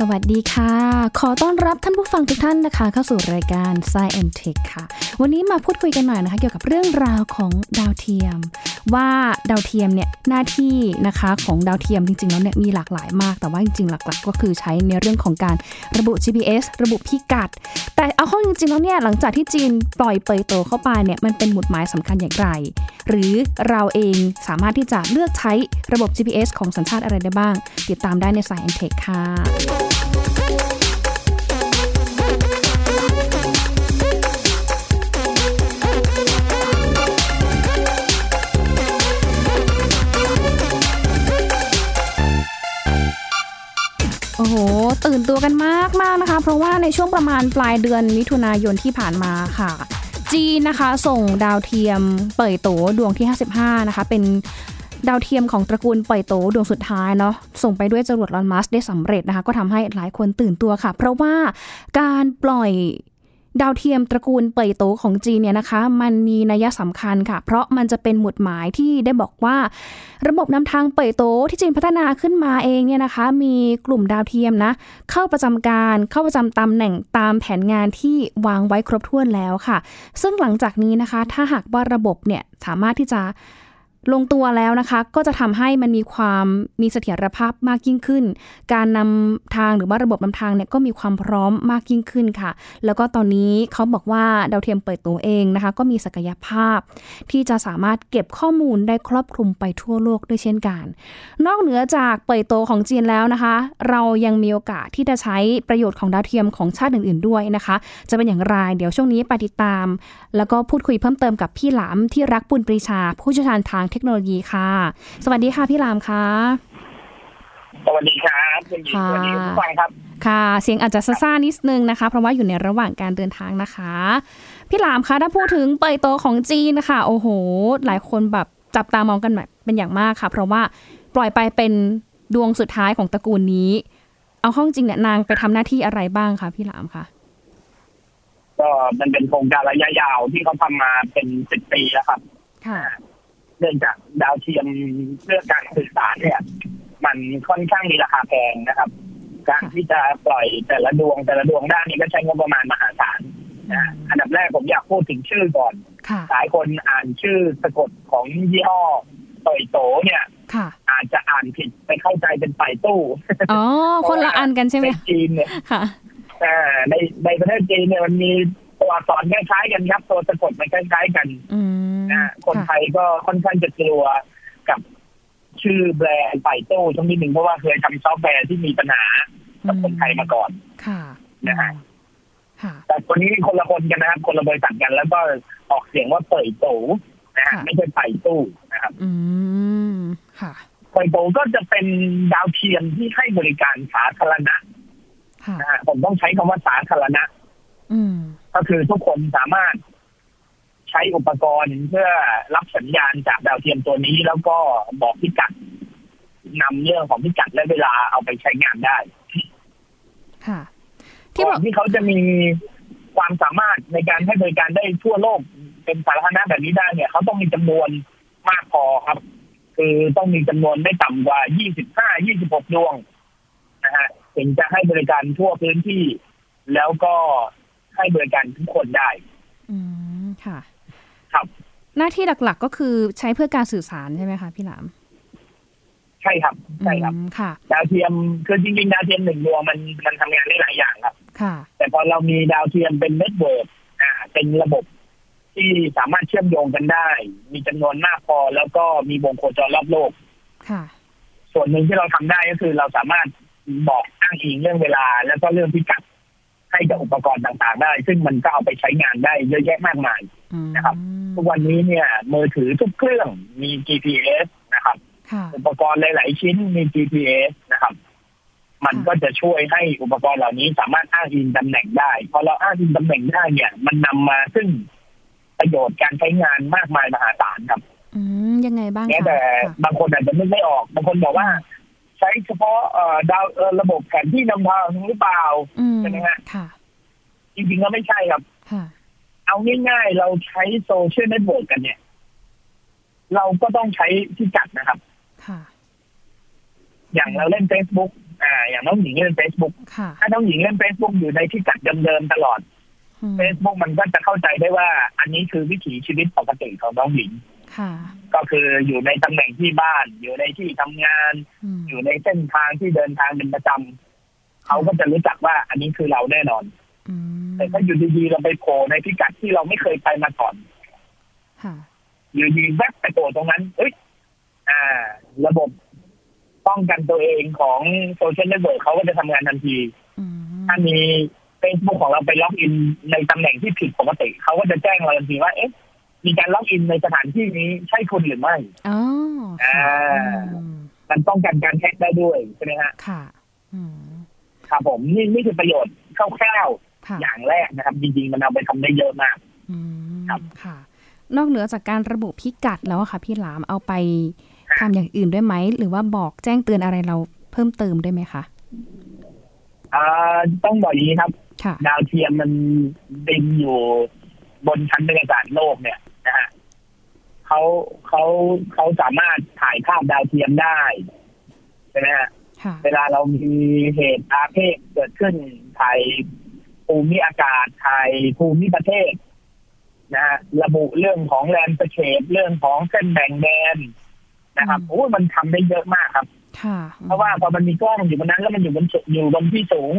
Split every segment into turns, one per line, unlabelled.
สวัสดีค่ะ ขอต้อนรับท่านผู้ฟังทุกท่านนะคะ เข้าสู่รายการ Science and Tech ค่ะ วันนี้มาพูดคุยกันหน่อยนะคะ เกี่ยวกับเรื่องราวของดาวเทียม ว่าดาวเทียมเนี่ยหน้าที่นะคะของดาวเทียมจริงๆแล้วเนี่ยมีหลากหลายมาก แต่ว่าจริงๆ หลักๆ ก็คือใช้ในเรื่องของการระบุ GPS ระบุพิกัด แต่เอาเข้อจริงๆแล้วเนี่ยหลังจากที่จีนปล่อยเปยโตเข้าไปเนี่ยมันเป็นหมุดหมายสำคัญอย่างไร หรือเราเองสามารถที่จะเลือกใช้ระบบ GPS ของสัญชาติอะไรได้บ้าง ติดตามได้ในสาย Tech ค่ะ โอ้โห ตื่นตัวกันมากมากนะคะ เพราะว่าในช่วงประมาณปลายเดือนมิถุนายนที่ผ่านมาค่ะ จีนนะคะ ส่งดาวเทียมเป่ยโตดวงที่ 55 นะคะ เป็นดาวเทียมของตระกูลเป่ยโตดวงสุดท้ายเนาะส่งไปด้วยจรวดลอนมัสได้สำเร็จนะคะ ก็ทำให้หลายคนตื่นตัวค่ะ เพราะว่าการปล่อยดาวเทียมตระกูลเป่ยโตของจีนเนี่ยนะคะ มันมีนัยสำคัญค่ะ เพราะมันจะเป็นหมุดหมายที่ได้บอกว่า ระบบนำทางเป่ยโตที่จีนพัฒนาขึ้นมาเองเนี่ยนะคะ มีกลุ่มดาวเทียมนะ เข้าประจำการเข้าประจำตำแหน่งตามแผนงานที่วางไว้ครบถ้วนแล้วค่ะ ซึ่งหลังจากนี้นะคะ ถ้าหากว่าระบบเนี่ยสามารถที่จะลงตัวแล้วนะคะ ก็จะทำให้มันมีความมีเสถียรภาพมากยิ่งขึ้น การนำทางหรือว่าระบบนำทางเนี่ยก็มีความพร้อมมากยิ่งขึ้นค่ะ แล้วก็ตอนนี้เขาบอกว่าดาวเทียมเปิดตัวเองนะคะ ก็มีศักยภาพ ที่จะสามารถเก็บข้อมูลได้ครอบคลุมไปทั่วโลกด้วยเช่นกัน นอกเหนือจากเปิดโตของจีนแล้วนะคะ เรายังมีโอกาสที่จะใช้ประโยชน์ของดาวเทียมของชาติอื่น ๆ ด้วยนะคะ จะเป็นอย่างไรเดี๋ยวช่วงนี้ไปติดตาม แล้วก็พูดคุยเพิ่มเติมกับพี่หลามที่รักปุณปรีชา ผู้เชี่ยวชาญทางเทคโนโลยีค่ะ สวัสดีค่ะพี่หลามค่ะ
สวัสดีครับคุณหญิง
ค่ะ
สวัสดีคุณผู้ฟังครับ
ค่ะ เสียงอาจจะซ่าๆนิดนึงนะคะ เพราะว่าอยู่ในระหว่างการเดินทางนะคะ พี่หลามคะ ถ้าพูดถึงเปิดโตของจีนนะคะโอ้โห หลายคนแบบจับตามองกันแบบเป็นอย่างมากค่ะ เพราะว่าปล่อยไปเป็นดวงสุดท้ายของตระกูลนี้ เอาเข้อจริงเนี่ยนางไปทำหน้าที่อะไรบ้างคะพี่หลามคะ
ก็มันเป็นโครงการระยะยาวที่เขาทำมาเป็นสิบปีแล้วครับ
ค่ะ
เนื่องจากดาวเทียมเรื่องการสื่อสารเนี่ย มันค่อนข้างมีราคาแพงนะครับ การที่จะปล่อยแต่ละดวงแต่ละดวงด้านนี้ก็ใช้งบประมาณมหาศาลนะอันดับแรกผมอยากพูดถึงชื่อก่อน
ค่ะ
หลายคนอ่านชื่อสะกดของยี่ห้อต่อยโตเนี่ย
ค่ะ
อาจจะอ่านผิดไปเข้าใจเป็นไปตู้
อ๋อ คนละอันกันใช่ไหม
ใน จีนเนี่ย
ค่ะ
อ่าในในประเทศจีนเนี่ยมันมีตัวอักษรคล้ายๆกันครับ ตัวสะกดมันคล้ายๆกัน
อืม
นะคนไทยก็ค่อนข้างจะกลัวกับชื่อแบรนด์ไปตู้ช่วงนี้หนึ่งเพราะว่าเคยทำซอฟต์แวร์ที่มีปัญหากับคนไทยมาก่อน
ค่ะ
นะฮะ
ค่ะ
แต่คนนี้คนละคนกันนะครับ คนละบริษัทกัน แล้วก็ออกเสียงว่าเป่ยตู้นะฮะ
ค่ะ
ไม่ใช่ไปตู้นะครับ
อืม ค่ะ
เป่ยตู้ก็จะเป็นดาวเทียมที่ให้บริการสาธารณะ
ค่ะ
นะฮะผมต้องใช้คำว่าสาธารณะ
อืม
ก็คือทุกคนสามารถใช้อุปกรณ์เพื่อรับสัญญาณจากดาวเทียมตัวนี้ แล้วก็บอกพิกัดนำเรื่องของพิกัดและเวลาเอาไปใช้งานได้
ค่ะ ที่บ
ก่
อ
อก นที่เขาจะมีความสามารถในการให้บริการได้ทั่วโลก เป็นสาธารณะแบบนี้ได้เนี่ยเขาต้องมีจำนวนมากพอครับ คือต้องมีจำนวนไม่ต่ำกว่า 25 26 ดวงนะฮะถึงจะให้บริการทั่วพื้นที่ แล้วก็ให้บริการทุกคนได้
อืม ค่ะ
ครับ
หน้าที่หลักๆก็คือใช้เพื่อการสื่อสารใช่ไหมคะพี่หลาม
ใช่ครับใช่ครับ
อืมค่ะ
ดาวเทียมคือจริงๆ ดาวเทียมหนึ่งดวงมันมันทำงานได้หลายอย่างครับ
ค่ะ
แต่พอเรามีดาวเทียมเป็นเน็ตเวิร์กอ่าเป็นระบบที่สามารถเชื่อมโยงกันได้ มีจำนวนมากพอแล้วก็มีวงโคจรรอบโลก
ค่ะ
ส่วนหนึ่งที่เราทำได้ก็คือเราสามารถบอกอ้างอิงเรื่องเวลา แล้วก็เรื่องพิกัดให้กับอุปกรณ์ต่างๆ ได้ ซึ่งมันก็เอาไปใช้งานได้เยอะแยะมากมาย
อืม
นะครับ ทุกวันนี้เนี่ยมือถือทุกเครื่องมี GPS นะครับ
ค่ะ
อุปกรณ์หลาย ๆ ชิ้นมี GPS นะครับ มันก็จะช่วยให้อุปกรณ์เหล่านี้สามารถอ้างอิงตำแหน่งได้ พอเราอ้างอิงตำแหน่งได้เนี่ย มันนำมาซึ่งประโยชน์การใช้งานมากมายมหาศาลครับ
อืม ยังไงบ้าง
แม้
คะ
แต่
ค่ะ
บางคนอาจจะนึกไม่ออก บางคนบอกว่า ใช้เฉพาะเอ่อดาวเอ่อระบบแผนที่นำทางหรือเปล่า
อืม
ใช่ไหมฮะ
ค่ะ
จริง ๆ ก็ไม่ใช่ครับ
ค่ะ
เอาง่ายๆ เราใช้โซเชียลเน็ตเวิร์กกันเนี่ย เราก็ต้องใช้ที่จัดนะครับ
ค่ะ
อย่างเราเล่น Facebook อ่า อย่างน้องหญิงเล่น Facebook
ค่ะ
ถ้าน้องหญิงเล่น Facebook อยู่ในที่กัดเดิมๆตลอด
อืม
Facebook มันก็จะเข้าใจได้ว่าอันนี้คือวิถีชีวิตปกติของน้องหญิง
ค่ะ
ก็คืออยู่ในตำแหน่งที่บ้าน อยู่ในที่ทำงาน
อืม
อยู่ในเส้นทางที่เดินทางเป็นประจำเขาก็จะรู้จักว่าอันนี้คือเราแน่นอน
อืม
แต่ถ้าอยู่ดีๆเราไปโผล่ในพิกัดที่เราไม่เคยไปมาก่อน
ค่ะ
อยู่ดีแวบไปโผล่ตรงนั้น เอ้ย อ่า ระบบป้องกันตัวเองของโซเชียลเน็ตเวิร์กเขาก็จะทำงานทันที
อืม
ถ้ามีเฟซบุ๊กของเราไปล็อกอินในตำแหน่งที่ผิดปกติ เขาก็จะแจ้งเราทันทีว่า เอ๊ะ มีการล็อกอินในสถานที่นี้ใช่คุณหรือไม่
อ๋อ
อ่า
ค่ะอืม
มันป้องกันการแฮ็กได้ด้วยใช่ไหมฮะ
ค่ะอืม
ครับผมนี่นี่คือประโยชน์คร่าว
ค่ะ
ๆอย่างแรกนะครับ จริงๆ มันเอาไปทำได้เยอะมาก
อืม
ครับ
ค่ะ นอกเหนือจากการระบุพิกัดแล้วอะค่ะ พี่หลามเอาไปทำ
ฮะ
อย่างอื่นด้วยไหม หรือว่าบอกแจ้งเตือนอะไรเราเพิ่มเติมด้วยไหมคะ
อ่าต้องบอกอย่างนี้ครับ
ค่ะ
ดาวเทียมมันบินอยู่บนชั้นบรรยากาศโลกเนี่ยนะฮะเขาเขาเขาสามารถถ่ายภาพดาวเทียมได้ใช่ไหมฮะ
ค่ะ
เวลาเรามีเหตุอาเพศเกิดขึ้นไทยภูมิอากาศไทยภูมิประเทศนะฮะระบุเรื่องของแลนด์สเคปเรื่องของเส้นแบ่งแดนนะครับโอ้ยมันทำได้เยอะมากครับ
ค่ะ
เพราะว่าพอมันมีกล้องอยู่บนนั้นแล้วมันอยู่บนจุดอยู่บนที่สูง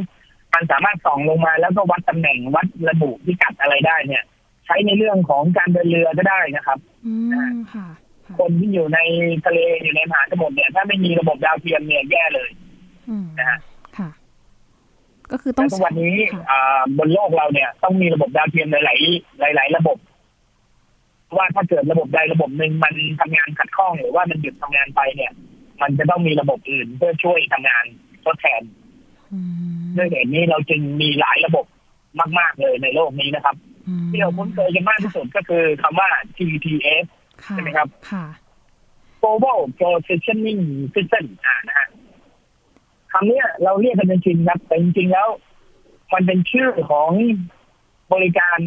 มันสามารถส่องลงมาแล้วก็วัดตำแหน่งวัดระบุพิกัดอะไรได้เนี่ย ใช้ในเรื่องของการเดินเรือก็ได้นะครับ
อืมค่ะค่ะ
คนที่อยู่ในทะเลอยู่ในมหาสมุทรเนี่ย ถ้าไม่มีระบบดาวเทียมเนี่ยแย่เลย
อืม
นะฮะ
ค่ะ ก็คือต้อ
แล้ว
ง
ทุกวันนี้
ค่ะ
อ่าบนโลกเราเนี่ยต้องมีระบบดาวเทียมหลาย ๆ หลาย ๆ ระบบเพราะว่าถ้าเกิดระบบใดระบบหนึ่งมันทำงานขัดข้องหรือว่ามันหยุดทำงานไปเนี่ย มันจะต้องมีระบบอื่นเพื่อช่วยทำงานทดแทน
อืม
ด้วยเหตุนี้เราจึงมีหลายระบบมาก ๆ เลยในโลกนี้นะครับ
อืม
ที่เราคุ้นเคยกันมากที่สุดก็คือคำว่า GPS
ะ
ใช่ไหมครับ
ค่ะ
Global Positioning System อ่านะฮะคำเนี้ยเราเรียกกันจริงๆครับแต่จริงๆแล้ว มันเป็นชื่อของบริการ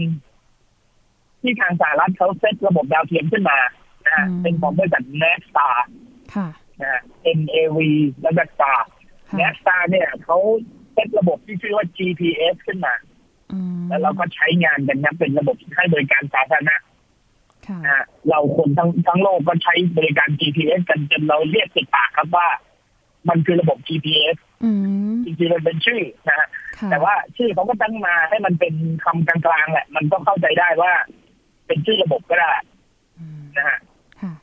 ที่ทางสหรัฐเขาเซตระบบดาวเทียมขึ้นมานะฮะ
อืม
เป็นของบริษัท Navstar
ค่ะ
นะฮะ NAV แล้วก็ Star
ค่ะ
Navstar เนี่ยเขาเซตระบบที่ชื่อว่า GPS ขึ้นมา
อืม
แล้วเราก็ใช้งานกันนะเป็นระบบให้บริการสาธารณะ
ค่ะ
นะฮะเราคนทั้งทั้งโลกก็ใช้บริการ GPS กันจนเราเรียกติดปากครับว่า มันคือระบบ GPS
อืม
จริงๆมันเป็นชื่อนะฮะ
ค่ะ
แต่ว่าชื่อเขาก็ตั้งมาให้มันเป็นคำกลางๆแหละ มันก็เข้าใจได้ว่า เป็นชื่อระบบก็ได้
อืม
นะฮะ
ค่ะ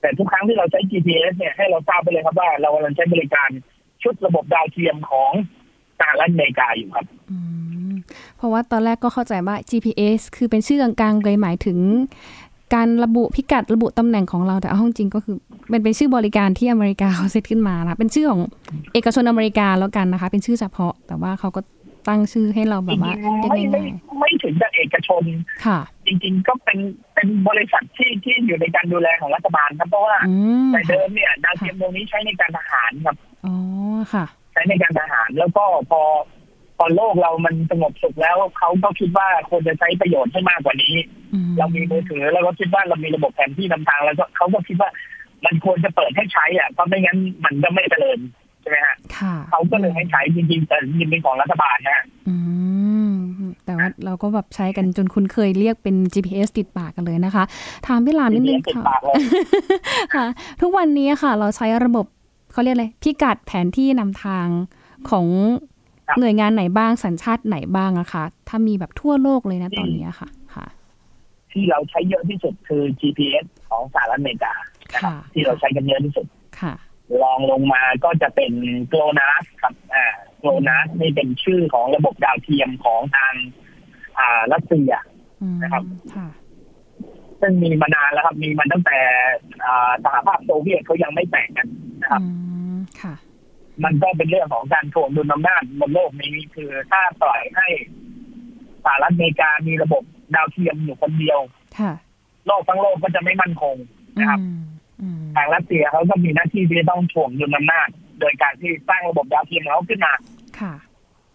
แต่ทุกครั้งที่เราใช้ GPS เนี่ยให้เราทราบไปเลยครับว่า เรากำลังใช้บริการชุดระบบดาวเทียมของสหรัฐอเมริกาอยู่ครับ
อืมเพราะว่าตอนแรกก็เข้าใจว่า GPS คือเป็นชื่อกลางๆเลยหมายถึง การระบุพิกัดระบุตำแหน่งของเราแต่เอาห้องจริงก็คือมันเป็นชื่อบริการที่อเมริกาเขาเซตขึ้นมานะเป็นชื่อของเอกชนอเมริกาแล้วกันนะคะ เป็นชื่อเฉพาะ แต่ว่าเขาก็ตั้งชื่อให้เราแบ
จ
บว่า
ริงๆ
เรียก
ไม่ไม่
ง่าย
ไม่ถึงกับเอกชน
ๆค่ะ
จริง ๆ ก็เป็นเป็นบริษัทที่ที่อยู่ในการดูแลของรัฐบาลครับเพราะว่า
อืม
แต่เดิมเนี่ยดาวเทียมดวงนี้ใช้ในการทหารครับ
อ๋อค่ะ
ใช้ในการทหารแล้วก็พอพอโลกเรามันสงบสุขแล้วเขาก็คิดว่าควรจะใช้ประโยชน์ให้มากกว่านี้
อื
เรามีมือถือแล้วก็คิดว่าเรามีระบบแผนที่นำทางแล้วก็เขาก็คิดว่ามันควรจะเปิดให้ใช้อ่ะเพราะไม่งั้นมันก็ไม่เจริญใช่ไหมฮะ
ค่ะ
เขาก็เลยให้ใช้จริงๆแต่จริงๆเป็นของรัฐบาลนะฮะ
อืมแต่ว่าเราก็แบบใช้กันจนคุ้นเคยเรียกเป็น GPS ติดปากกันเลยนะคะ ถามพี่หลามนิดนึง
ติด
ค่ะ
ปากเลย
ค่ะทุกวันนี้ค่ะ เราใช้ระบบเขาเรียกอะไรพิกัดแผนที่นำทางของหน่วยงานไหนบ้างสัญชาติไหนบ้างอะคะถ้ามีแบบทั่วโลกเลยนะตอนนี้ค่ะ ค่ะ
ที่เราใช้เยอะที่สุดคือ GPS ของสหรัฐอเมริกานะครับ
ค่ะ
ที่เราใช้กันเยอะที่สุด
ค่ะ
รองลงมาก็จะเป็นโกลนัสครับ อ่าโกลนัสนี่เป็นชื่อของระบบดาวเทียมของทาง อ่ารัสเซีย
อืม
นะครับ
ค่ะ
ซึ่งมีมานานแล้วครับ มีมันตั้งแต่อ่าสหภาพโซเวียตเขายังไม่แตกกันนะครับ
อืมค่ะ
มันก็เป็นเรื่องของการทวงดุลอำนาจบนโลกนี้คือถ้าปล่อยให้สหรัฐอเมริกามีระบบดาวเทียมอยู่คนเดียว
ค่ะ
โลกทั้งโลกก็จะไม่มั่นคง นะครับ
อืมอืม
ทางรัสเซียเขาก็มีหน้าที่ที่จะต้องทวงดุลอำนาจโดยการที่สร้างระบบดาวเทียมของเขาขึ้นมา
ค่ะ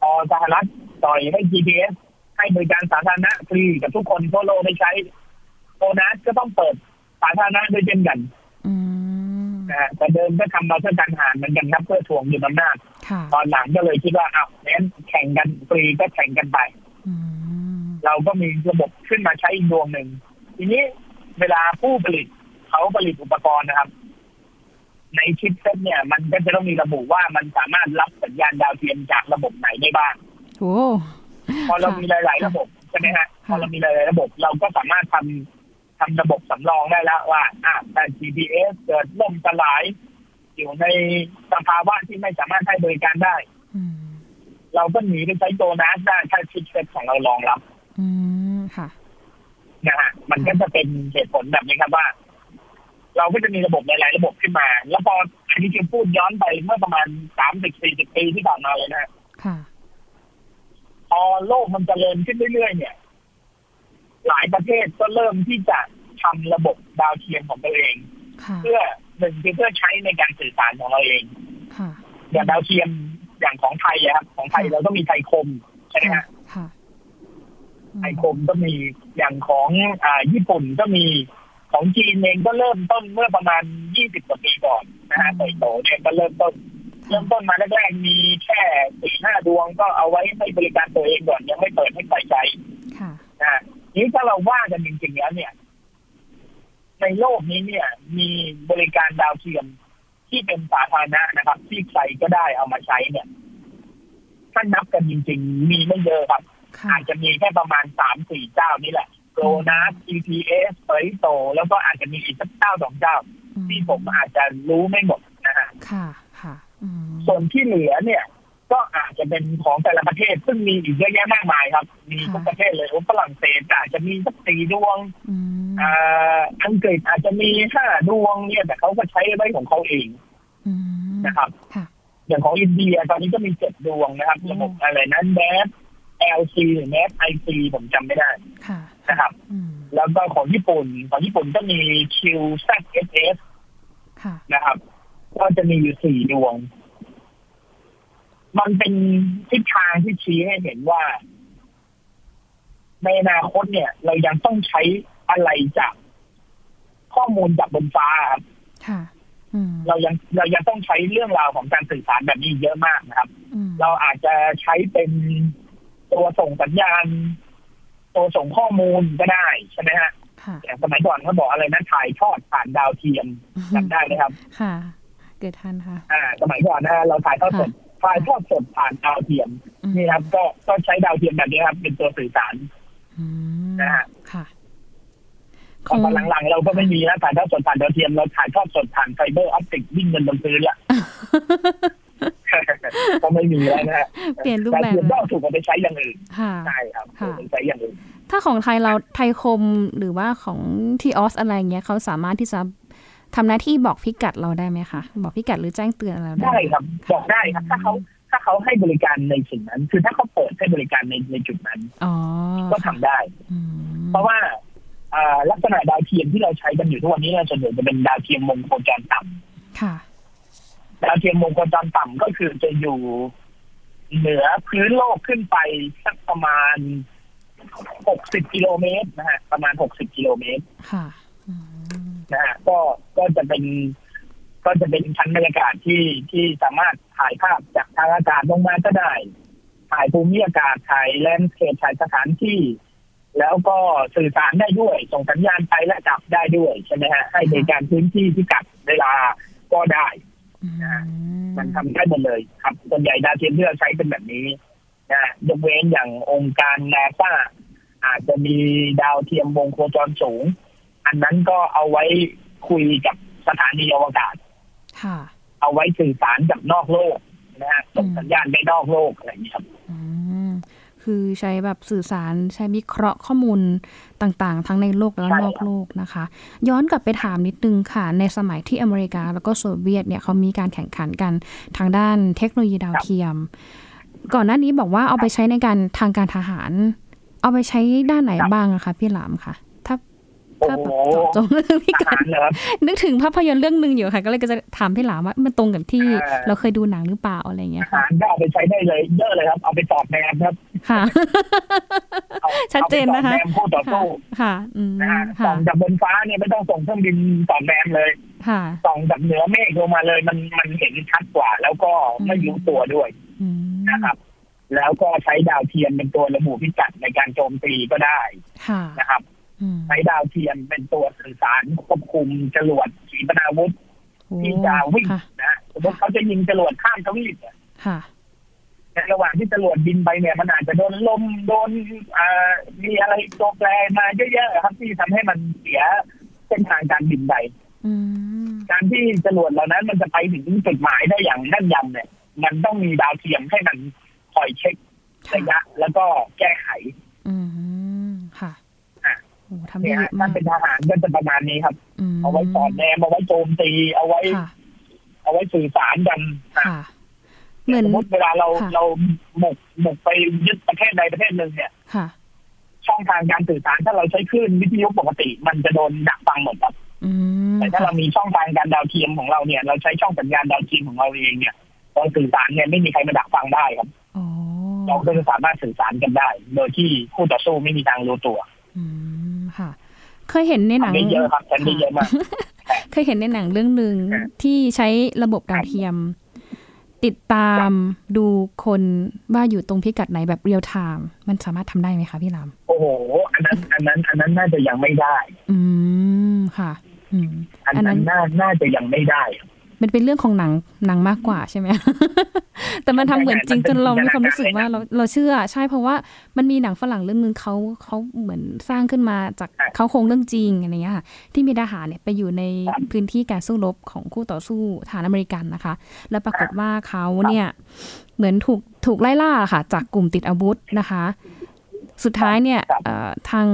พอสหรัฐต่อยให้ GPS ให้บริการสาธารณะฟรีกับทุกคนทั่วโลกได้ใช้โอนัสก็ต้องเปิดสาธารณะด้วยเช่นกัน
อืม
นะฮะแต่เดิมก็ทำมาเพื่อการทหารเหมือนกันครับเพื่อทวงยึดอำนาจ
ค่ะ
ตอนหลังก็เลยคิดว่าอ้าวงั้นแข่งกันฟรีก็แข่งกันไป
อืม
เราก็มีระบบขึ้นมาใช้อีกดวงหนึ่ง ทีนี้เวลาผู้ผลิตเขาผลิตอุปกรณ์นะครับ ในชิปเซ็ตเนี่ย มันก็จะต้องมีระบุว่ามันสามารถรับสัญญาณดาวเทียมจากระบบไหนได้บ้าง
โอ้
พอเรามีหลาย ๆ ระบบใช่ไหมฮะพอเรามีหลาย ๆ ระบบเราก็สามารถทำทำระบบสำรองได้แล้วว่าอ่ะแต่ GPS เกิดล่มสลาย อยู่ในสภาวะที่ไม่สามารถให้บริการได้
อืม
เราก็หนีไปใช้โดนัสได้ถ้าชิปเซ็ตของเรารองรับ
อืมค่ะ
นะฮะมันก็จะเป็นเหตุผลแบบนี้ครับว่า เราก็จะมีระบบหลายๆระบบขึ้นมา แล้วพออันนี้คือพูดย้อนไปเมื่อประมาณสามสิบสี่สิบปีที่ผ่านมาเลยนะฮะ
ค่ะ
พอโลกมันจเจริญขึ้นเรื่อยๆเนี่ย หลายประเทศก็เริ่มที่จะทำระบบดาวเทียมของตัวเอง
ค่ะ
เพื่อหนึ่งคือเพื่อใช้ในการสื่อสารของเราเอง
ค่ะ
อย่างดาวเทียมอย่างของไทยอะครับ ของไทยเราก็มีไทยคมใช่ไหม
ค่ะ
ฮะ
ค่ะ
ไทยคมก็มีอย่างของอ่าญี่ปุ่นก็มีของจีนเองก็เริ่มต้นเมื่อประมาณยี่สิบกว่าปีก่อนนะฮะไตโตเนี่ยก็เริ่มต้น เริ่มต้นมาแรกๆมีแค่สี่ห้าดวงก็เอาไว้ให้บริการตัวเองก่อนยังไม่เปิดให้ใส่ใจ
ค่ะ
นะฮะนี้ถ้าเราว่ากันจริงๆแล้วเนี่ย ในโลกนี้เนี่ย มีบริการดาวเทียมที่เป็นสาธารณะนะครับ ที่ใครก็ได้เอามาใช้เนี่ยถ้านับกันจริง ๆ มีไม่เยอะครับ
ค่ะ
อาจจะมีแค่ประมาณสามสี่เจ้านี่แหละโกนัส GPS เฟยโต แล้วก็อาจจะมีอีกสักเจ้าสองเจ้า ที่ผมอาจจะรู้ไม่หมดนะฮะ
ค่ะ ค่ะอืม
ส่วนที่เหลือเนี่ย ก็อาจจะเป็นของแต่ละประเทศ ซึ่งมีอีกเยอะแยะมากมายครับ มีทุกประเทศเลยโอ้ฝรั่งเศสอาจจะมีสักสี่ดวง
อืม
อ่าอังกฤษอาจจะมีห้าดวงเนี่ย แต่เขาก็ใช้ไว้ของเขาเอง
อืม
นะครับ
ค่ะ
อย่างของอินเดียตอนนี้ก็มีเจ็ดดวงนะครับ ระบบอะไรนั้นแมส LC หรือ NAS IC ผมจำไม่ได้
ค่ะ
นะครับ
อืม
แล้วก็ของญี่ปุ่น ของญี่ปุ่นก็มี QZSS
ค่ะ
นะครับ ก็จะมีอยู่สี่ดวง มันเป็นทิศทางที่ชี้ให้เห็นว่า ในอนาคตเนี่ย เรายังต้องใช้อะไรจากข้อมูลจากบนฟ้าครับ
ค่ะ อืม
เรายังเรายังต้องใช้เรื่องราวของการสื่อสารแบบนี้เยอะมากนะครับ
อืม
เราอาจจะใช้เป็นตัวส่งสัญญาณ ตัวส่งข้อมูลก็ได้ใช่ไหมฮะ
ค่ะ
แต่สมัยก่อนเขาบอกอะไรนะถ่ายทอดผ่านดาวเทียมจำได้ไหมครับ
ค่ะ เกิดทันค่ะ
อ่าสมัยก่อนนะฮะเราถ่ายทอดสดถ่ายทอดสดผ่านดาวเทียม
อืม
นี่ครับ ก็ก็ใช้ดาวเทียมแบบนี้ครับ เป็นตัวสื่อสาร
อืม
นะฮะ
ค่ะ
พอมาหลังๆ เราก็ไม่มีแล้วถ่ายทอดสดผ่านดาวเทียมเราถ่ายทอดสดผ่านไฟเบอร์ออปติกวิ่งเงินบนพื้นละ ก็ไม่มีแล้วนะฮะ
เปลี่ยนรูป
ดาว
แบบ
เทียมก็
แล้ว
เอาถูกเอาไปใช้อย่างอื่น
ค่ะ
ใช่ครับ
ค่ะ
ถูกเอาไปใช้อย่างอื่น
ถ้าของไทยเราไทยคมหรือว่าของทีออสอะไรเงี้ยเขาสามารถที่จะทำหน้าที่บอกพิกัดเราได้ไหมคะ บอกพิกัดหรือแจ้งเตือนเราได้
ได้ครับ บอกได้ครับ ถ้าเขาถ้าเขาให้บริการในสิ่งนั้น คือถ้าเขาเปิดให้บริการในในจุดนั้น
อ๋อ
ก็ทำได้
อืม
เพราะว่าอ่าลักษณะดาวเทียมที่เราใช้กันอยู่ทุกวันนี้เราส่วนใหญ่จะเป็นดาวเทียมวงโคจรต่ำ
ค่ะ
ดาวเทียมวงโคจรต่ำก็คือจะอยู่เหนือพื้นโลกขึ้นไปสักประมาณ 60 กิโลเมตรนะฮะ ประมาณ 60 กิโลเมตร
ค่ะอืม
นะฮะ ก็ ก็จะเป็น ก็จะเป็นชั้นบรรยากาศที่ ที่สามารถถ่ายภาพจากทางอากาศลงมาก็ได้ ถ่ายภูมิอากาศ ถ่ายแลนด์สเคป ถ่ายสถานที่ แล้วก็สื่อสารได้ด้วย ส่งสัญญาณไปและกลับได้ด้วยใช่ไหมฮะ ให้บริการพื้นที่ที่กัดเวลาก็ได้
อืม
มันทำได้หมดเลยครับส่วนใหญ่ดาวเทียมที่เราใช้เป็นแบบนี้นะยกเว้นอย่างองค์การนาซาอาจจะมีดาวเทียมวงโคจรสูง อันนั้นก็เอาไว้คุยกับสถานีอวกาศ
ค่ะ
เอาไว้สื่อสารกับนอกโลกนะฮะส่งสัญญาณไปนอกโลกอะไรอย่างนี้ยครับ
อืมคือใช้แบบสื่อสารใช้วิเคราะห์ข้อมูลต่างๆ ทั้งในโลกและ
ใช่
น
ครับ
อกโลกนะคะ ย้อนกลับไปถามนิดนึงค่ะ ในสมัยที่อเมริกาแล้วก็โซเวียตเนี่ยเขามีการแข่งขันกันทางด้านเทคโนโลยีดาวเทียม ก่อนหน้านี้บอกว่าเอาไปใช้ในการทางการทหาร เอาไปใช้ด้านไหนบ้างอะคะพี่หลามคะถ้า
โอ้
ถ้า
โห
แบบเจาะจงเรื่องพิ
ท
การ
หารเหรอ
นึก ถึงภาพยนตร์เรื่องหนึ่งอยู่ค่ะ ก็เลยก็จะถามพี่หลามว่ามันตรงกับที่
เออ
เราเคยดูหนังหรือเปล่าอะไรอย่างเงี้
ท
ยค่ะ
หารก็เอาไปใช้ได้เลยเยอะเลยครับ เอาไปตอบแนมครับ
ค่ะ
อา
ชัดเจนนะคะ
อาไปตอบแนมคู่
ค่ะ
ต่อสู้
ค่ะอืม
นะฮะส่
ค่ะ
องจากบนฟ้าเนี่ยไม่ต้องส่งเครื่องบินตอบแนมเลย
ค่ะ
ส่องจากเหนือเมฆลงมาเลยมันมันเห็นชัดกว่า แล้วก็ไม่
อืม
รู้ตัวด้วย
อืม
นะครับ แล้วก็ใช้ดาวเทียมเป็นตัวระบุพิกัดในการโจมตีก็ได้
ค่ะ
นะครับ
อืม
ใช้ดาวเทียมเป็นตัวสื่อสารควบคุมจรวดขีปนาวุธ
โอ้
ที่จะวิ่ง
ค่ะ
นะสมมติเขาจะยิงจรวดข้ามทวีปเนี่ย
ค่ะ
ในระหว่างที่จรวดบินไปเนี่ยมันอาจจะโดนลมโดนเอ่อมีอะไรตัวแปรมาเยอะๆครับที่ทำให้มันเสียเส้นทางการบินไป
อืม
การที่จรวดเหล่านั้นมันจะไปถึงจุดหมายได้อย่างแน่นยำเนี่ย มันต้องมีดาวเทียมให้มันคอยเช็คระยะ แล้วก็แก้ไข
อืมค่ะ
อ่ะ
โอ้ทำได้
เนี่ย
เย
ฮะ
อะมา
ถ้าก เป็นทหารก็จะประมาณนี้ครับ
ม
เอาไว้สอนแนมเอาไว้โจมตี เอาไว้
ค่ะ
เอาไว้สื่อสารกัน
ค่ะ เหมือน
สมมติเวลาเรา
ค่ะ
เราบุกบุกไปยึดประเทศใดประเทศหนึ่งเนี่ย
ค่ะ
ช่องทางการสื่อสารถ้าเราใช้คลื่นวิทยุปกติ มันจะโดนดักฟังหมดครับ
อืม
แต่ถ้าเรามีช่องทางการดาวเทียมของเราเนี่ย เราใช้ช่องสัญญาณดาวเทียมของเราเองเนี่ยเราสื่อสารเนี่ยไม่มีใครมาดักฟังได้ครับ
อ๋อ
เราก็จะสามารถสื่อสารกันได้ โดยที่คู่ต่อสู้ไม่มีทางรู้ตัว
อืมค่ะ เคยเห็นในหนัง
ทำได้เยอะครับทำได้เยอะ มาก
เคยเห็นในหนังเรื่องหนึ่ง
ครับ
ที่ใช้ระบบดาวเทียม ติดตามดูคนว่าอยู่ตรงพิกัดไหนแบบเรียลไทม์มันสามารถทำได้ไหมคะพี่ลาม
โอ้โห อันนั้นอันนั้น อันนั้นน่าจะยังไม่ได้
อืมค่ะ อืม
อัน
อันนั้
นั้น นน่าน่าจะยังไม่ได้
มันเป็นเรื่องของหนังหนังมากกว่าใช่ไหม แต่มันทำเหมือนจริงจนเรามีความรู้สึกว่าเราเราเชื่อ ใช่เพราะว่ามันมีหนังฝรั่งเรื่องนึงเขาเขาเหมือนสร้างขึ้นมาจากเขาโครงเรื่องจริงอะไรเงี้ยค่ะที่มีทหารเนี่ยไปอยู่ในพื้นที่การสู้รบของคู่ต่อสู้ฐานอเมริกันนะคะ แล้วปรากฏว่าเขาเนี่ยเหมือนถูกถูกไล่ล่าค่ะ จากกลุ่มติดอาวุธนะคะ สุดท้ายเนี่ยเอ่อทาง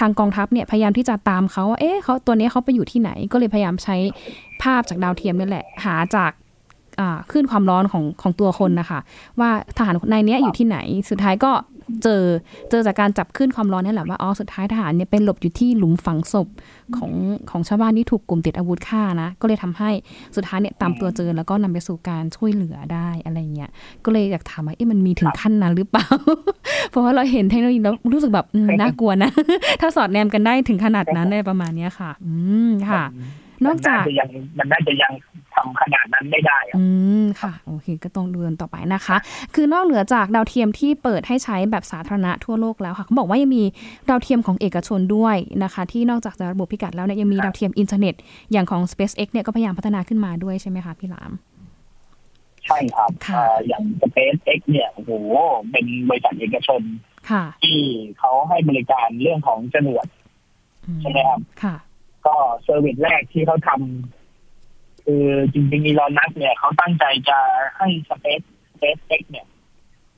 ทางกองทัพเนี่ยพยายามที่จะตามเขาว่าเอ๊ะเขาตัวเนี้ยเขาไปอยู่ที่ไหนก็เลยพยายามใช้ ภาพจากดาวเทียมนี่แหละ หาจากอ่าคลื่นความร้อนของของตัวคนนะคะว่าทหารนายเนี้ยอยู่ที่ไหน สุดท้ายก็เจอเจอจากการจับคลื่นความร้อนนี่แหละว่าอ๋อสุดท้ายทหารเนี่ยไปหลบอยู่ที่หลุมฝังศพของของชาวบ้านที่ถูกกลุ่มติดอาวุธฆ่านะก็เลยทำให้สุดท้ายเนี่ยตามตัวเจอแล้วก็นำไปสู่การช่วยเหลือได้อะไรเงี้ยก็เลยอยากถามว่าเอ๊ะมันมีถึงขั้นนั้นหรือเปล่า เพราะว่าเราเห็นเทคโนโลยีแล้วรู้สึกแบบอืมน่ากลัวนะ ถ้าสอดแนมกันได้ถึงขนาดนั้นอะไรประมาณเนี้ยค่ะ อืมค่ะ นอกจาก
มัจะยังมันน่าจะยังทำขนาดนั้นไม่ได้อะ
อืมค่ะโอเคก็ต้องดูกันต่อไปนะคะ คือนอกเหนือจากดาวเทียมที่เปิดให้ใช้แบบสาธารณะทั่วโลกแล้วค่ะเขาบอกว่ายังมีดาวเทียมของเอกชนด้วยนะคะ ที่นอกจากจะระบบพิกัดแล้วเนี่ยยังมีดาวเทียมอินเทอร์เน็ต อย่างของ SpaceX เนี่ยก็พยายามพัฒนาขึ้นมาด้วยใช่ไหมคะพี่หลาม
ใช่ครับ
ค่ะ
เอ่ออย่างสเปซเอ็กเนี่ยโอ้โหเป็นบริษัทเอกชน
ค่ะ
ที่เขาให้บริการเรื่องของจรวด
อืม
ใช่ไหมครับ
ค่ะ
ก็เซอร์วิสแรกที่เขาทำคือจริงๆอีลอนมัสก์เนี่ยเขาตั้งใจจะให้สเปซสเปซเอ็กเนี่ย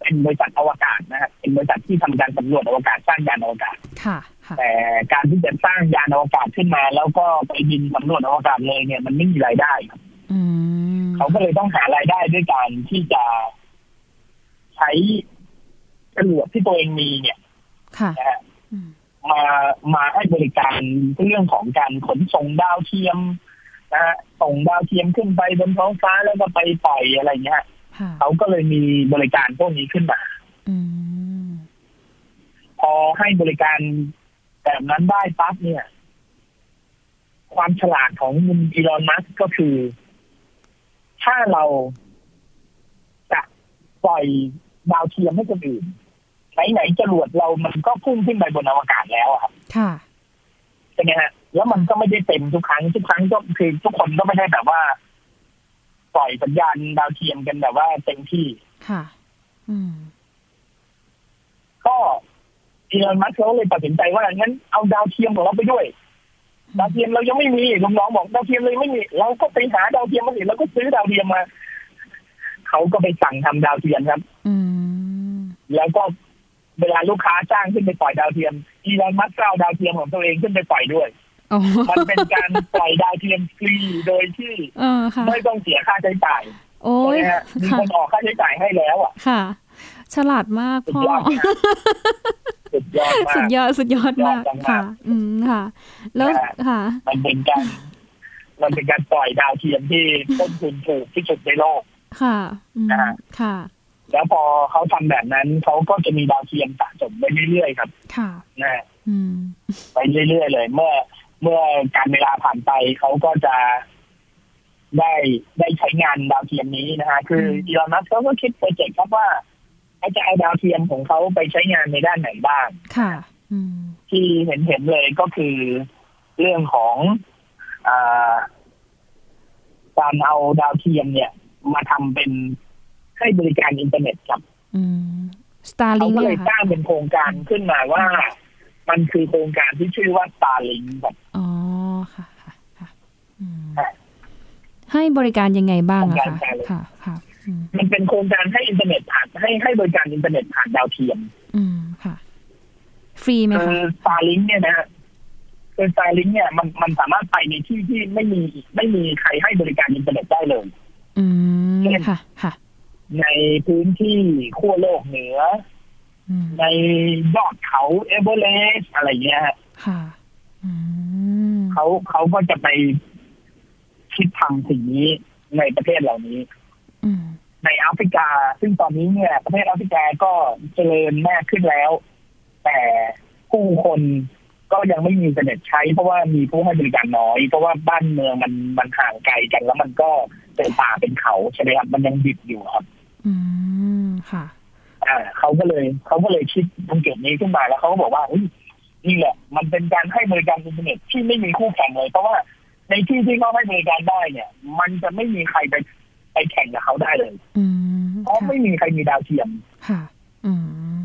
เป็นบริษัทอวกาศนะครับเป็นบริษัทที่ทำการสำรวจอวกาศสร้างยานอวกาศ
ค่ะค่ะ
แต่การที่จะสร้างยานอวกาศขึ้นมา แล้วก็ไปบินสำรวจอวกาศเลยเนี่ยมันไม่มีรายได้ครับ
อืม
เขาก็เลยต้องหารายได้ด้วยการที่จะใช้จรวดที่ตัวเองมีเนี่ย
ค่ะ
นะฮะ
อืม
มามาให้บริการเรื่องของการขนส่งดาวเทียมนะฮะส่งดาวเทียมขึ้นไปบนท้องฟ้าแล้วก็ไปปล่อยอะไรเงี้ยฮะ
ค่ะ
เขาก็เลยมีบริการพวกนี้ขึ้นมา
อืม
พอให้บริการแบบนั้นได้ปั๊บเนี่ย ความฉลาดของมุมอีลอนมัสก็คือ ถ้าเราจะปล่อยดาวเทียมให้คนอื่นไหนๆจรวดเรามันก็พุ่งขึ้นไปบนอวกาศแล้วอะครับ
ค่ะ
ใช่ไหมฮะแล้วมันก็ไม่ได้เต็มทุกครั้งทุกครั้งก็คือทุกคนก็ไม่ได้แบบว่า ปล่อยสัญญาณดาวเทียมกันแบบว่าเต็มที่
ค่ะอืม
ก็อีลอนมัสก์เขาเลยตัดสินใจว่างั้นเอาดาวเทียมของเราไปด้วย ดาวเทียมเรายังไม่มีลูกน้องบอกดาวเทียมเลยไม่มี เราก็ไปหาดาวเทียมมาสิเราก็ซื้อดาวเทียมมา เขาก็ไปสั่งทำดาวเทียมครับ
อืม
แล้วก็เวลาลูกค้าจ้างขึ้นไปปล่อยดาวเทียมอีลอนมัสก์ก็เอาดาวเทียมของตัวเองขึ้นไปปล่อยด้วย
อ๋อ
มันเป็นการปล่อยดาวเทียมฟรีโดยที่
เออค่ะ
ไม่ต้องเสียค่าใช้จ่าย
โอ้ย
นะฮะมี
ค่ะ
คนออกค่าใช้จ่ายให้แล้วอ่ะ
ค่ะ ฉลาดมาก
สุด
พ่อ
ยอดนะ
สุ
สุดยอดมาก
ดยอดสุดยอดมาก
ยอดมาก
ค่ะ อืมค่ะ แล้ว
นะฮะ
ค่ะ
มันเป็นการมันเป็นการปล่อยดาวเทียมที่ต้นทุนถูกที่สุดในโลก
ค่ะอืม
นะฮะ
ค่ะ
แล้วพอเขาทำแบบนั้นเขาก็จะมีดาวเทียมสะสมไปเรื่อยๆครับ
ค่ะ
นะ
อืม
ไปเรื่อยๆเลย เมื่อเมื่อการเวลาผ่านไปเขาก็จะได้ได้ใช้งานดาวเทียมนี้นะฮะคือ
ม
อีลอนมัสก์เขาก็คิดโปรเจกต์ครับว่าเขาจะเอาดาวเทียมของเขาไปใช้งานในด้านไหนบ้าง
ค่ะ อืม
ที่เห็นเห็นๆเลยก็คือเรื่องของอาการเอาดาวเทียมเนี่ย มาทำเป็นให้บริการอินเทอร์เน็ตครับ
อืมสตาร์ลิ
เขา
ง
ก็
เนี่
เลย ย
เหรอ
ส
ค่ะ
ร้างเป็นโครงการขึ้นมาว่า มันคือโครงการที่ชื่อว่า Starlink แบบ
อ๋อค่ะค่ะค่ะอืมให้บริการยังไงบ้างอะคะค่ะ ค่ะ อืม
มันเป็นโครงการให้อินเทอร์เน็ตผ่านให้ให้บริการอินเทอร์เน็ตผ่านดาวเทียม
อืม ค่ะ ฟรีไหม
คื
คะ
อ Starlink เนี่ยนะฮะคือ Starlink เนี่ยมันมันสามารถไปในที่ที่ไม่มีไม่มีใครให้บริการอินเทอร์เน็ตได้เลย
อืม ค่ะ ค่ะ
ในพื้นที่ขั้วโลกเหนือ
อืม
ในยอดเขาเอเวอเรสต์อะไรเงี้ยฮะ
ค่ะ อืม
เขาเขาก็จะไปคิดทำสิ่งนี้ในประเทศเหล่านี้
อืม
ในแอฟริกา ซึ่งตอนนี้เนี่ย ประเทศแอฟริกาก็เจริญมากขึ้นแล้ว แต่ผู้คนก็ยังไม่มีอินเทอร์เน็ตใช้ เพราะว่ามีผู้ให้บริการน้อย เพราะว่าบ้านเมืองมันมันห่างไกลกัน แล้วมันก็เป็นป่าเป็นเขาใช่ไหมครับมันยังดิบอยู่ครับ
อืม ค่ะ
อ่าเขาก็เลยเขาก็เลยคิดโปรเจกต์นี้ขึ้นมาแล้วเขาก็บอกว่าเฮ้ยนี่แหละ มันเป็นการให้บริการอินเทอร์เน็ตที่ไม่มีคู่แข่งเลย เพราะว่าในที่ที่เขาให้บริการได้เนี่ย มันจะไม่มีใครไปไปแข่งกับเขาได้เลย
อืม
เพราะไม่มีใครมีดาวเทียม
ค่ะ อืม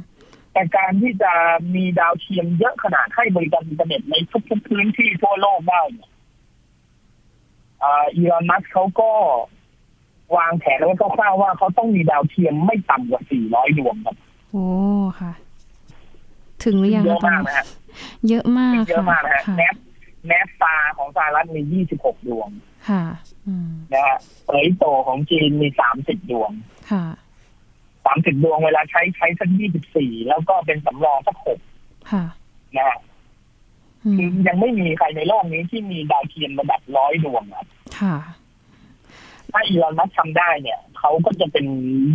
แต่การที่จะมีดาวเทียมเยอะขนาดให้บริการอินเทอร์เน็ตในทุกๆพื้นที่ทั่วโลกได้เนี่ยอ่าอีลอนมัสก์เขาก็วางแผนไว้คร่าวๆว่าเขาต้องมีดาวเทียมไม่ต่ำกว่า 400 ดวงครับ
โอ้ ค่ะ ถึงหรือยัง
เยอะ
คะตอน
มาก
นี้
นะฮะ
เยอะมาก
เยอะมากนะฮะ
ค่
แนบแนบตาของสหรัฐมี 26 ดวง
ค่ะ อืม
นะฮะเอยโตของจีนมี 30 ดวง
ค่ะ
30 ดวงเวลาใช้ใช้สัก24 แล้วก็เป็นสำรองสัก6
ค่ะ
นะฮะ
อื
คือ
ม
ยังไม่มีใครในโลกนี้ที่มีดาวเทียมระดับร้อยดวงครับ
ค่ะ
ถ้าอีลอนมัสก์ทำได้เนี่ย เขาก็จะเป็น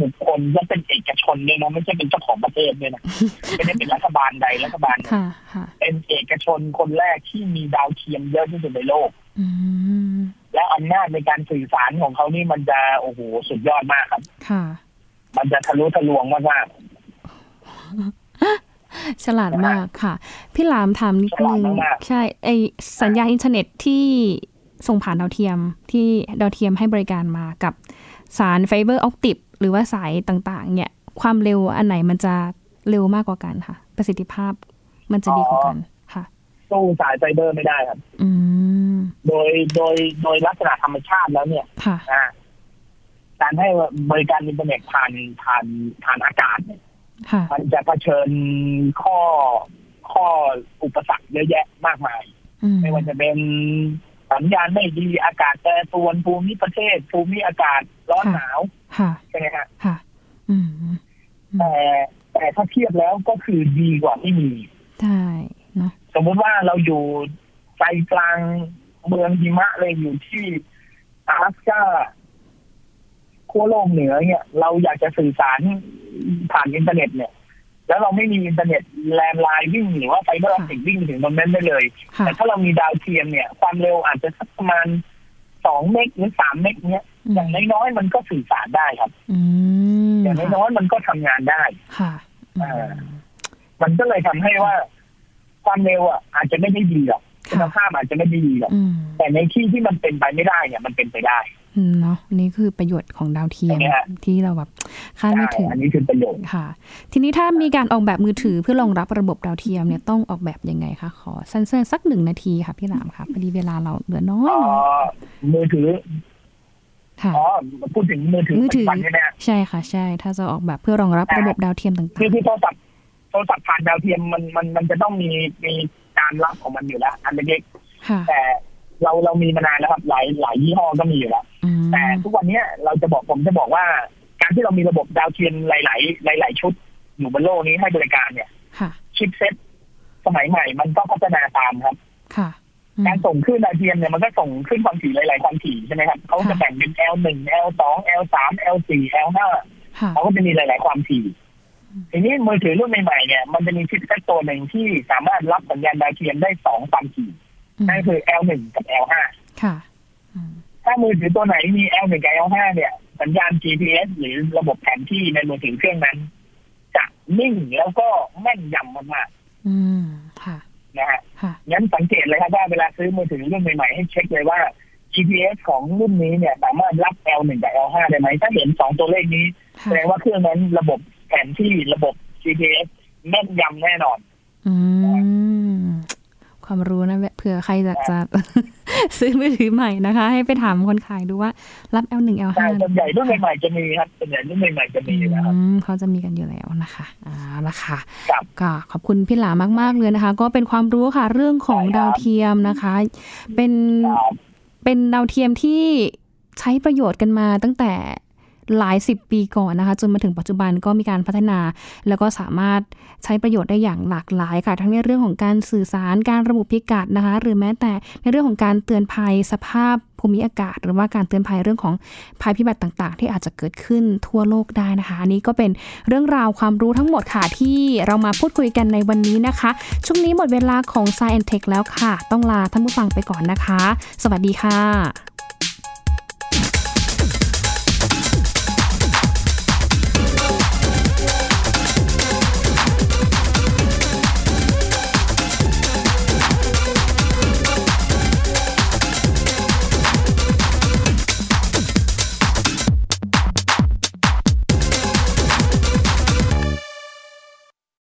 บุคคลและเป็นเอกชนเลยนะไม่ใช่เป็นเจ้าของประเทศเลย นะ ไม่ได้เป็นรัฐบาลใดรัฐบาลหนึ่ง
ค่ะ ค่ะ
เป็นเอกชนคนแรกที่มีดาวเทียมเยอะที่สุดในโลก
อืม
และอำนาจในการสื่อสารของเขานี่มันจะโอ้โหสุดยอดมากครับ
ค่ะ
มันจะทะลุทะลวงมาก
ฉลาดมากค่ะ พี่หลามถามนิดนึง ใช่ ไอสัญญาณอินเทอร์เน็ตที่ส่งผ่านดาวเทียมที่ดาวเทียมให้บริการมากับสารไฟเบอร์ออปติกหรือว่าสายต่างๆ เนี่ย ความเร็วอันไหนมันจะเร็วมากกว่ากันค่ะ ประสิทธิภาพมันจะดีกว่ากันค่ะ
ๆสู้สายไฟเบอร์ไม่ได้ครับ
อืม
โดยโดยโดยลักษณะธรรมชาติแล้วเนี่ย
ค่ะ
อ่าการให้บริการอินเทอร์เน็ตผ่านผ่านผ่านอากาศเนี่ย
ค่ะ
มันจะเผชิญข้อข้ออุปสรรคเยอะแยะมากมาย
อืม
ไม่ว่าจะเป็นสัญญาณไม่ดีอากาศแปรปรวนภูมิประเทศ ภูมิอากาศร้อน
ค่ะ
หนาว
ค่ะ
ใช่ไหมฮะ
ค่ะ อืม
แต่แต่ถ้าเทียบแล้วก็คือดีกว่าไม่มี
ได้เนาะ
สมมุติว่าเราอยู่ใจกลางเมืองหิมะเลยอยู่ที่阿拉สก้าขั้วโลกเหนือเนี่ย เราอยากจะสื่อสารผ่านอินเทอร์เน็ตเนี่ย แล้วเราไม่มีอินเทอร์เน็ตแลนด์ไลน์วิ่งหรือว่าไฟเบอร์ออปติกวิ่งถึงตรงนั้นได้เลย
ค่ะ
แต่ถ้าเรามีดาวเทียมเนี่ย ความเร็วอาจจะสักประมาณสองเมกหรือสามเมกเนี่ยอย่างน้อยๆมันก็สื่อสารได้ครับ
อืม
อย่างน้อยๆมันก็ทำงานได้
ค่ะ
เอ่อ มันก็เลยทำให้ว่า ความเร็วอ่ะอาจจะไม่ได้ดีหรอก
ค่ะ
คุณภาพอาจจะไม่ได้ดีหรอก
อืม
แต่ในที่ที่มันเป็นไปไม่ได้เนี่ยมันเป็นไปได้
อืมเนาะอันนี่คือประโยชน์ของดาวเทียม
ใช่ไหมฮะ
ที่เราแบบคาดไม่
ได้
ถึง
อันนี้คือประโยชน์
ค่ะ ทีนี้ถ้ามีการออกแบบมือถือเพื่อรองรับระบบดาวเทียมเนี่ยต้องออกแบบยังไงคะขอสั้นๆสักหนึ่งนาทีค่ะพี่หลามค่ะพอดีเวลาเราเหลือน้อย
อ๋อ
เนาะ
มือถือ
ค่ะ
อ๋อพูดถึงมือถือ
มือถือ
ปัจจุบันใช่ไหมฮะ
ใช่ค่ะ ใช่ถ้าจะออกแบบเพื่อรองรับระบบดาวเทียมต่าง
คือที่โทรศัพท์โทรศัพท์ผ่านดาวเทียมมันมันมันจะต้องมีมีการรับของมันอยู่แล้วอันเล็ก
ๆ ค่ะ
ๆแต่เราเรามีมานานแล้วครับหลายหลายยี่ห้อก็มีอยู่แล้ว
อืม
แต่ทุกวันเนี้ยเราจะบอกผมจะบอกว่า การที่เรามีระบบดาวเทียมหลาย ๆ หลาย ๆ ชุดอยู่บนโลกนี้ให้บริการเนี่ย
ค่ะ
ชิปเซ็ตสมัยใหม่มันก็พัฒนาตามครับ
ค่ะอืม
การส่งคลื่นดาวเทียมเนี่ยมันก็ส่งคลื่นความถี่หลาย ๆ ความถี่ใช่ไหมครับเขาจะ
ค่ะ
แบ่งเป็น L1 L2 L3 L4 L5
ค่ะ
เขาก็จะมีหลาย ๆ ความถี่
อืม
ทีนี้มือถือรุ่นใหม่ ๆ เนี่ยมันจะมีชิปเซ็ตตัวหนึ่งที่สามารถรับสัญญาณดาวเทียมได้สองความถี่
อืม
นั่นคือ L1 กับ L5
ค่ะอืม
ถ้ามือถือตัวไหนมี L1 กับ L5 เนี่ย สัญญาณ GPS หรือระบบแผนที่ในมือถือเครื่องนั้น จะนิ่งแล้วก็แม่นยำมาก
อืมค่ะ
ๆนะฮะ
ค่ะ
งั้นสังเกตเลยครับว่าเวลาซื้อมือถือรุ่นใหม่ๆให้เช็คเลยว่า GPS ของรุ่นนี้เนี่ยสามารถรับ L1 กับ L5 ได้ไหม ถ้าเห็นสองตัวเลขนี้
ค่ะ
แสดงว่าเครื่องนั้นระบบแผนที่ระบบ GPS แม่นยำแน่นอน
อืมความรู้นะเผื่อใครอยากจะ ซื้อมือถือใหม่นะคะ ให้ไปถามคนขายดูว่ารับ L1 L5
แต่ส่วนใหญ่รุ่นใหม่ๆจะมีครับส่วนใหญ่รุ่นใหม่ๆจะมีอยู่แล้วครับ
อืมเขาจะมีกันอยู่แล้วนะคะอ่าละค่ะ
ครับ
ก็ขอบคุณพี่หลามาก ๆ เลยนะคะ ก็เป็นความรู้ค่ะเรื่องของ
ได้ครับ
ดาวเทียมนะคะ เป็น
ครับ
เป็นดาวเทียมที่ใช้ประโยชน์กันมาตั้งแต่หลายสิบปีก่อนนะคะ จนมาถึงปัจจุบันก็มีการพัฒนา แล้วก็สามารถใช้ประโยชน์ได้อย่างหลากหลายค่ะ ทั้งในเรื่องของการสื่อสารการระบุพิกัดนะคะ หรือแม้แต่ในเรื่องของการเตือนภัยสภาพภูมิอากาศ หรือว่าการเตือนภัยเรื่องของ ภัยพิบัติต่างๆ ที่อาจจะเกิดขึ้นทั่วโลกได้นะคะอันนี้ก็เป็นเรื่องราวความรู้ทั้งหมดค่ะ ที่เรามาพูดคุยกันในวันนี้นะคะ ช่วงนี้หมดเวลาของ Science and Tech แล้วค่ะ ต้องลาท่านผู้ฟังไปก่อนนะคะ สวัสดีค่ะ